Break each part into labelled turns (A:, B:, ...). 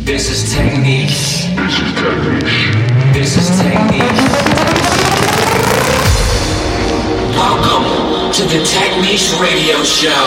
A: This is technique. This is technique. Welcome to the Techniques Radio Show.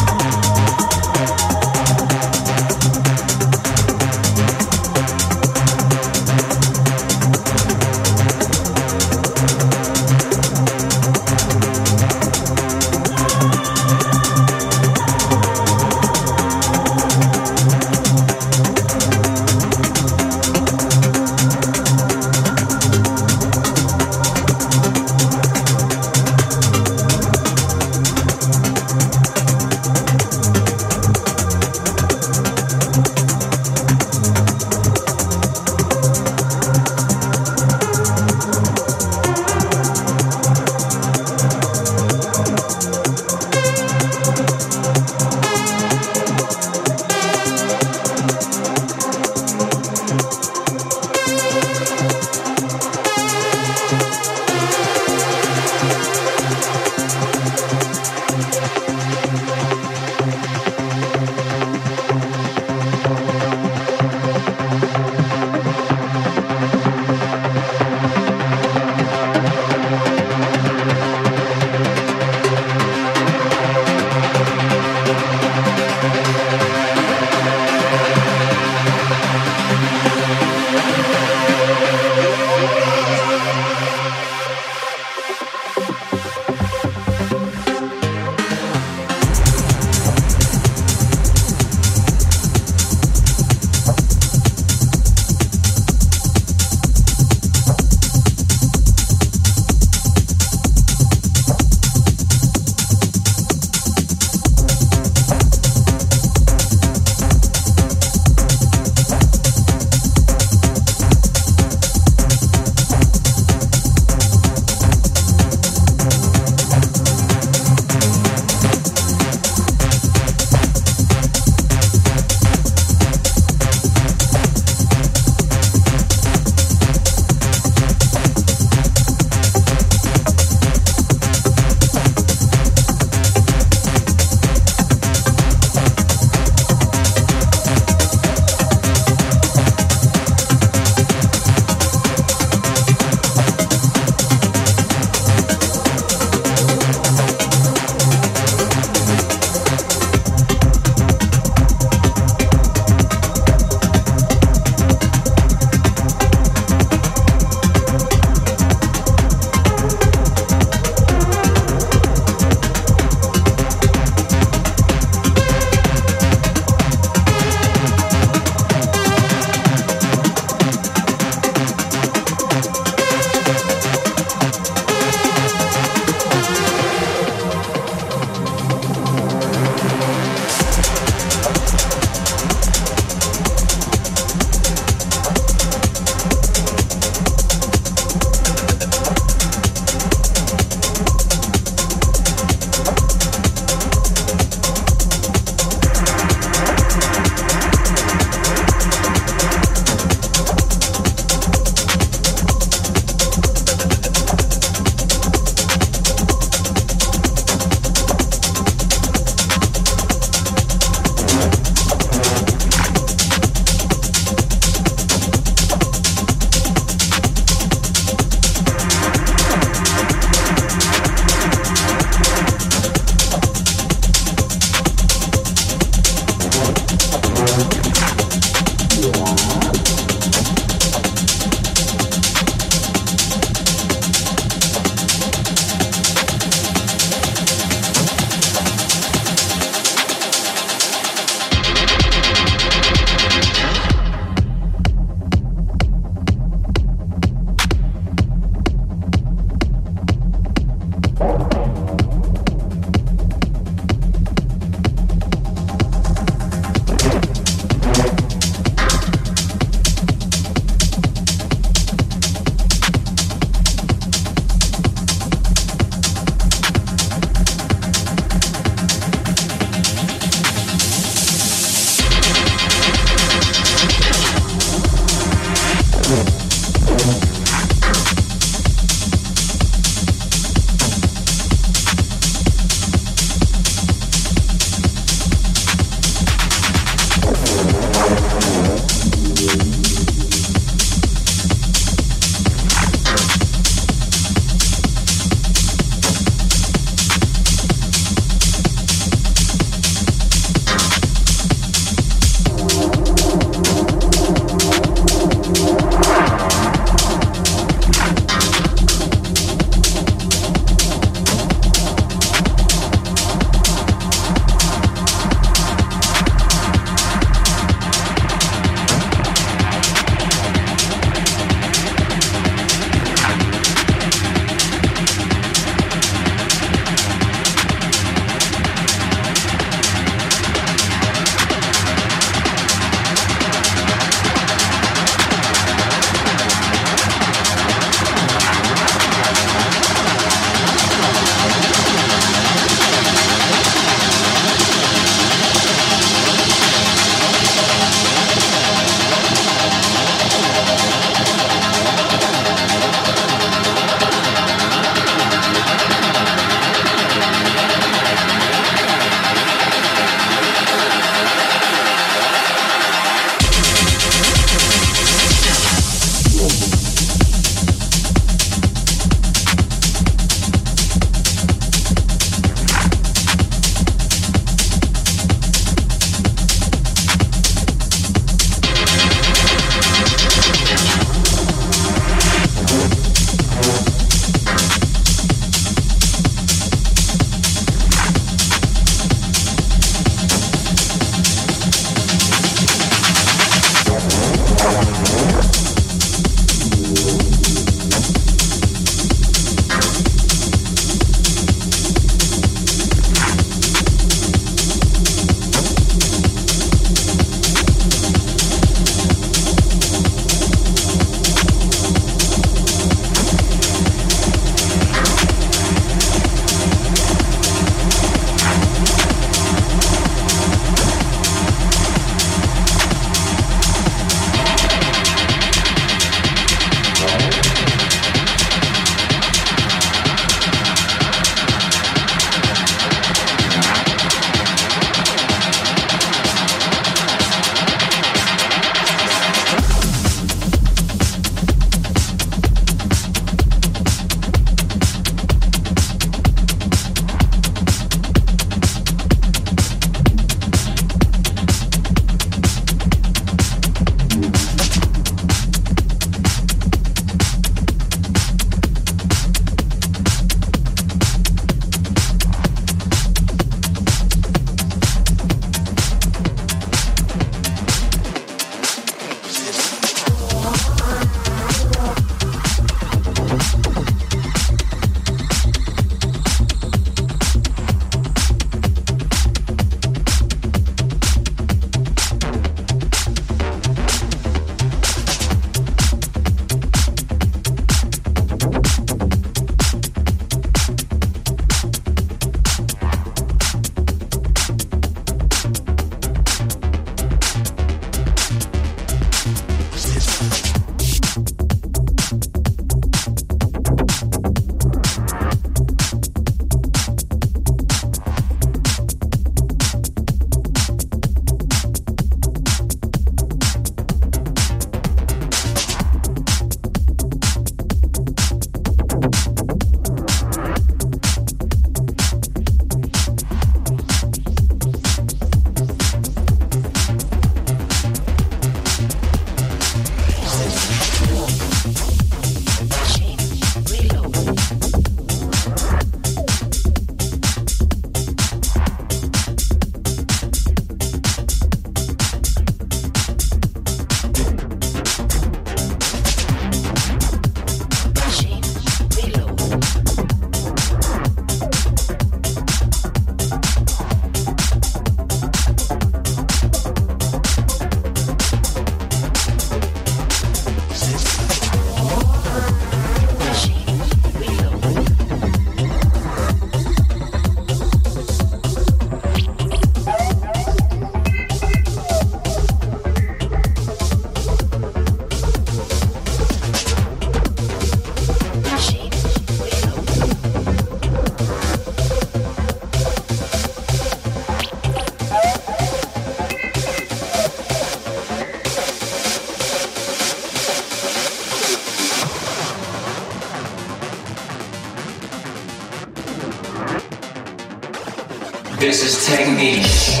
A: This is Technique.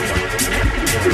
B: Thank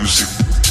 C: Music.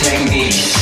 A: techniques.